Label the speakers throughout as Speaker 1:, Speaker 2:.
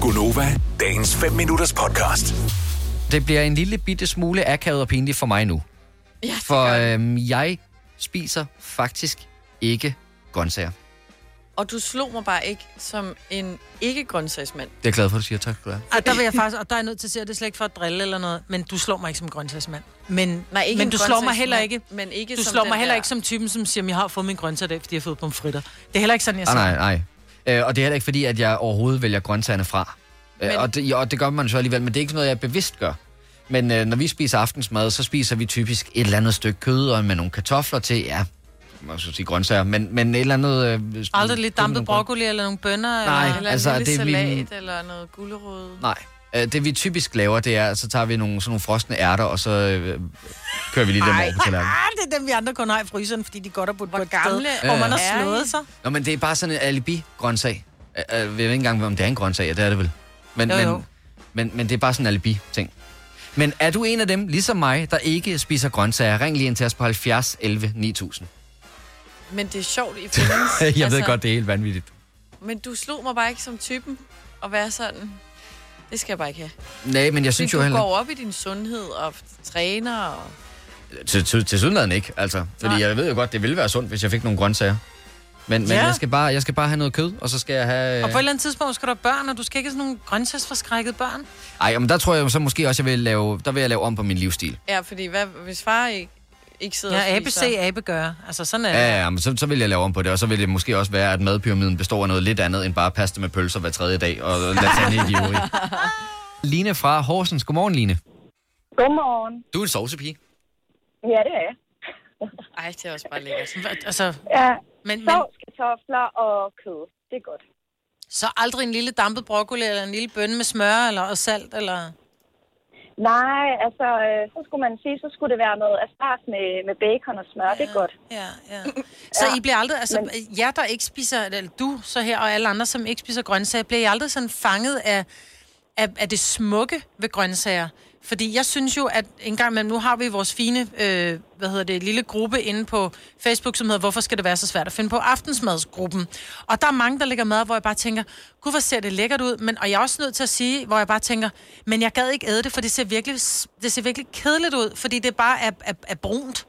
Speaker 1: Gunova, dagens 5 minutters podcast.
Speaker 2: Det bliver en lille bitte smule akavet og pinligt for mig nu.
Speaker 3: Ja, det
Speaker 2: For
Speaker 3: gør det.
Speaker 2: øhm, jeg spiser faktisk ikke grøntsager.
Speaker 3: Og du slog mig bare ikke som en ikke-grøntsagsmand.
Speaker 2: Det er jeg glad for, at du siger. Tak skal du have.
Speaker 4: Og der vil jeg faktisk, og der er jeg nødt til at sige, at det er slet ikke for at drille eller noget, men du slår mig ikke som grøntsagsmand. Men,
Speaker 3: Nej, ikke
Speaker 4: men
Speaker 3: en
Speaker 4: du slår mig
Speaker 3: grøntsagsmand,
Speaker 4: heller ikke,
Speaker 3: men ikke
Speaker 4: du
Speaker 3: som
Speaker 4: slår
Speaker 3: den
Speaker 4: mig heller
Speaker 3: der-
Speaker 4: ikke som typen, som siger, at jeg har fået min grøntsager i dag, fordi jeg har fået pomfritter. Det er heller ikke sådan, jeg
Speaker 2: Ah,
Speaker 4: siger.
Speaker 2: nej, nej. Øh, og det er heller ikke fordi, at jeg overhovedet vælger grøntsagerne fra. Men...
Speaker 3: Men-
Speaker 2: Øh, og, det, og det gør man så alligevel, men det er ikke noget, jeg bevidst gør. Men øh, når vi spiser aftensmad, så spiser vi typisk et eller andet stykke kød og med nogle kartofler til, ja, man skal sige grøntsager, men, men et eller andet... Øh,
Speaker 4: Aldrig lidt dampet
Speaker 2: nogle grøn-
Speaker 4: broccoli eller nogle bønner.
Speaker 2: Nej.
Speaker 4: Eller...
Speaker 3: Eller
Speaker 2: altså,
Speaker 3: altså, en lille
Speaker 2: det er min-
Speaker 3: salat, eller noget gulerod.
Speaker 2: Nej. Øh, Det vi typisk laver, det er, så tager vi nogle, sådan nogle frosne ærter, og så øh, kører vi lige dem over på tallerkenen.
Speaker 4: Ah, det er dem, vi andre kun har i fryseren, fordi de godt er putt på et
Speaker 3: gamle
Speaker 4: sted, hvor man
Speaker 3: er
Speaker 4: har
Speaker 3: I?
Speaker 4: slået sig.
Speaker 2: Nå, men det er bare sådan en alibi-grøntsag. Øh, øh, Jeg ved ikke engang, om det er en grøntsag, ja, det er det vel. Men,
Speaker 4: Jo, jo.
Speaker 2: Men, men, men det er bare sådan en alibi-ting. Men er du en af dem, ligesom mig, der ikke spiser grøntsager, ring lige ind til os på 70 11 9000.
Speaker 3: Men det er sjovt, I findes. Altså,
Speaker 2: Jeg ved
Speaker 4: Altså-
Speaker 2: godt, det er helt vanvittigt.
Speaker 3: Men du slog mig bare ikke som typen at være sådan. Det skal jeg bare ikke have.
Speaker 2: Nej, men jeg synes
Speaker 3: Synes
Speaker 2: jo
Speaker 3: du
Speaker 2: heller
Speaker 3: går op i din sundhed og træner. Og...
Speaker 2: Til, til, til sydlandet ikke, altså. Fordi
Speaker 3: Nej.
Speaker 2: jeg ved jo godt, det ville være sundt, hvis jeg fik nogle grøntsager. Men, men
Speaker 4: Ja.
Speaker 2: jeg, skal bare, jeg skal bare have noget kød, og så skal jeg have...
Speaker 4: Og på et eller andet tidspunkt skal du have børn, og du skal ikke have sådan nogle grøntsagsforskrækkede børn.
Speaker 2: Ej, men der tror jeg så måske også, jeg vil lave, der vil jeg lave om på min livsstil.
Speaker 3: Ja, fordi hvad, hvis far ikke, ikke sidder
Speaker 4: Ja,
Speaker 3: og spiser...
Speaker 4: ABC, abe gør. Altså sådan er det.
Speaker 2: Ja, ja, men så, så vil jeg lave om på det, og så vil det måske også være, at madpyramiden består af noget lidt andet end bare pasta med pølser hver tredje dag og lasagne i de øvrige. Line fra Horsens. Godmorgen, Line.
Speaker 5: Godmorgen.
Speaker 2: Du er en sovsepige.
Speaker 5: Ja, det er jeg.
Speaker 3: Ej, det er også bare lækkert.
Speaker 4: Hva- Altså,
Speaker 5: Ja,
Speaker 4: men, men
Speaker 5: sovs, kartofler og kød. Det er godt.
Speaker 4: så aldrig en lille dampet broccoli eller en lille bønne med smør eller, og salt? Eller...
Speaker 5: Nej, altså, øh, så skulle man sige, så skulle det være noget asparges med, med bacon og smør. Ja. Det er godt.
Speaker 4: Ja, ja. Så I bliver aldrig, altså men... jer, der ikke spiser, eller du så her, og alle andre, som ikke spiser grøntsager, bliver I aldrig sådan fanget af, af, af det smukke ved grøntsager? Fordi jeg synes jo, at en gang imellem, nu har vi vores fine, øh, hvad hedder det, lille gruppe inde på Facebook, som hedder, hvorfor skal det være så svært at finde på aftensmadsgruppen? Og der er mange, der ligger mad, hvor jeg bare tænker, gud, hvor ser det lækkert ud, men, og jeg er også nødt til at sige, hvor jeg bare tænker, men jeg gad ikke æde det, for det ser virkelig, det ser virkelig kedeligt ud, fordi det bare er, er, er brunt.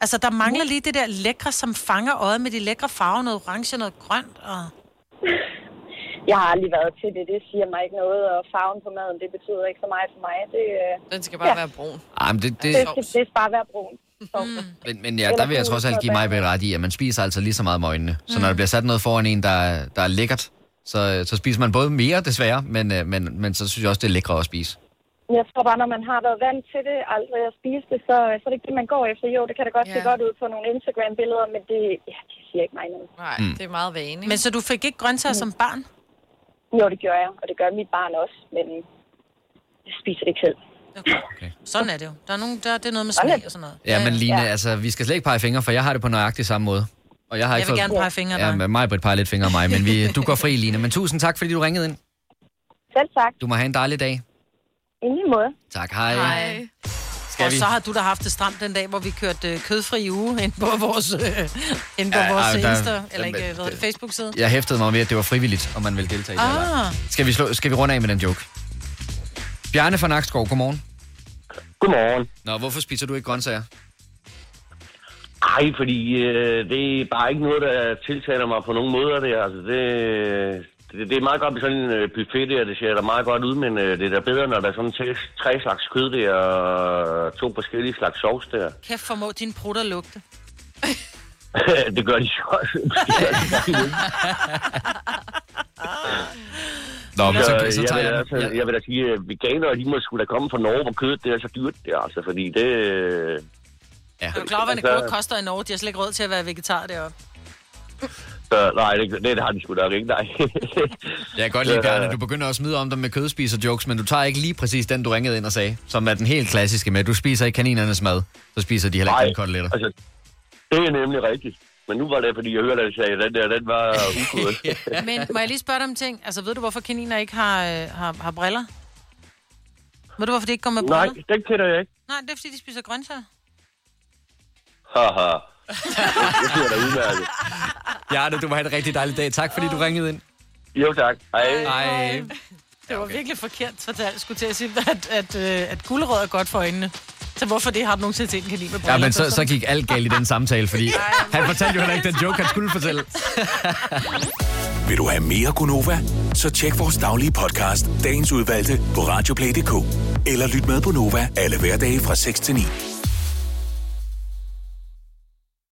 Speaker 4: Altså, der
Speaker 5: Mm.
Speaker 4: mangler lige det der lækre, som fanger øjet med de lækre farver, noget orange, noget grønt. Og...
Speaker 5: Jeg har aldrig været til det. Det siger mig ikke noget, og farven på maden, det betyder ikke så meget for mig. Det, øh,
Speaker 3: Den skal bare ja. være brun.
Speaker 2: Ej, men, det, det,
Speaker 5: det, det, det skal bare være brun. Mm.
Speaker 2: men, men ja, der vil jeg trods alt give mig ret i, at man spiser altså lige så meget med øjnene. Så når der bliver sat noget foran en, der, er- der er lækkert, så, så spiser man både mere desværre, men, øh, men, men så synes jeg også, det er lækre at spise.
Speaker 5: Jeg tror bare, når man har været vant til det, aldrig at spise det, så, øh, så er det ikke det, man går efter. Jo, det kan da godt se
Speaker 3: Ja.
Speaker 5: godt ud på nogle Instagram-billeder, men det, ja, det siger ikke mig noget.
Speaker 3: Nej, mm. det er meget vane. ikke?
Speaker 4: Men så du fik ikke grøntsager
Speaker 5: Mm.
Speaker 4: som barn?
Speaker 5: Jo, det gør jeg, og det gør mit barn også, men jeg spiser det ikke selv.
Speaker 4: Okay.
Speaker 2: Okay.
Speaker 4: okay. Sådan er det jo. Der er, nogen, der, det er noget med
Speaker 5: Sådan er
Speaker 4: smag
Speaker 5: det.
Speaker 4: og sådan noget.
Speaker 2: Ja, men Line, altså, vi skal slet ikke pege fingre, for jeg har det på nøjagtig samme måde. Og jeg har
Speaker 4: Jeg
Speaker 2: ikke
Speaker 4: vil
Speaker 2: fået...
Speaker 4: gerne pege fingre
Speaker 2: Ja,
Speaker 4: dig.
Speaker 2: men mig, Britt, peger lidt fingre af mig, men vi, du går fri, Line. Men tusind tak, fordi du ringede ind.
Speaker 5: Selv tak.
Speaker 2: Du må have en dejlig dag.
Speaker 5: I lige måde.
Speaker 2: Tak, hej.
Speaker 3: Nej.
Speaker 2: Skal
Speaker 4: og
Speaker 2: vi?
Speaker 4: så har du da haft det stramt den dag, hvor vi kørte øh, kødfri uge ind på vores, øh, ind på
Speaker 2: Ja,
Speaker 4: ja, vores
Speaker 2: ej,
Speaker 4: øh,
Speaker 2: der-
Speaker 4: Insta, eller ikke,
Speaker 2: jamen,
Speaker 4: øh, hvad hedder det, Facebook-side.
Speaker 2: Jeg hæftede mig ved, at det var frivilligt, om man vil deltage i det. eller ej.
Speaker 4: Ah.
Speaker 2: Skal vi, slå, skal vi runde af med den joke? Bjarne fra Nakskov, godmorgen.
Speaker 6: Godmorgen.
Speaker 2: Nå, hvorfor spiser du ikke grøntsager?
Speaker 6: Ej, fordi øh, det er bare ikke noget, der tiltaler mig på nogen måder. Det, altså, det, det, det er meget godt med sådan en øh, buffet der, det ser da meget godt ud, men øh, det er da bedre, når der er sådan tre, tre slags kød der og to forskellige slags sovs der.
Speaker 4: Kæft, formå din prutter lugte.
Speaker 6: det gør de så også. Det gør de så ikke.
Speaker 2: Nå, men
Speaker 6: Så,
Speaker 2: så, så tager
Speaker 6: jeg,
Speaker 2: jeg
Speaker 6: vil, altså,
Speaker 2: den. Ja.
Speaker 6: jeg vil da sige, at veganere, de må sgu da komme fra Norge, hvor kødet det er så dyrt der, altså, fordi det... øh,
Speaker 4: Er du klar, over, hvad en
Speaker 6: Altså-
Speaker 4: krukke koster i Norge? De har slet ikke råd til at være vegetar deroppe.
Speaker 6: Så, nej, det, det har de sgu da ikke, nej.
Speaker 2: Jeg kan godt lide,
Speaker 6: Ja.
Speaker 2: Bjarne, du begynder at smide om dig med kødspiser-jokes, men du tager ikke lige præcis den, du ringede ind og sagde, som er den helt klassiske med, at du spiser ikke kaninernes mad, så spiser de heller ikke dine koteletter.
Speaker 6: altså, det er nemlig rigtigt. Men nu var det, fordi jeg hørte, at jeg sagde, at den der, den var ukodet.
Speaker 4: Men må jeg lige spørge dig om ting? Altså, ved du, hvorfor kaniner ikke har, øh, har, har briller? Ved du, hvorfor de ikke går med
Speaker 6: Nej,
Speaker 4: briller?
Speaker 6: den kender jeg ikke.
Speaker 4: Nej, det er, fordi de spiser grøntsager.
Speaker 6: Haha. Det bliver da udmærket.
Speaker 2: Bjarne, du må have en rigtig dejlig dag. Tak, fordi du ringede ind.
Speaker 6: Jo tak. Hej.
Speaker 2: Hej.
Speaker 4: Det var virkelig forkert fortalt, skulle til at sige, at, at, øh, at gulerød er godt for øjnene. Så hvorfor det har du nogensinde tænkt, kan lide med
Speaker 2: Ja,
Speaker 4: briller
Speaker 2: men
Speaker 4: på?
Speaker 2: så, så gik alt galt i den samtale, fordi han fortalte jo heller ikke den joke, han skulle fortælle.
Speaker 1: Vil du have mere Gunova? Så tjek vores daglige podcast, dagens udvalgte, på radioplay.dk. Eller lyt med på Nova alle hverdage fra 6 til 9.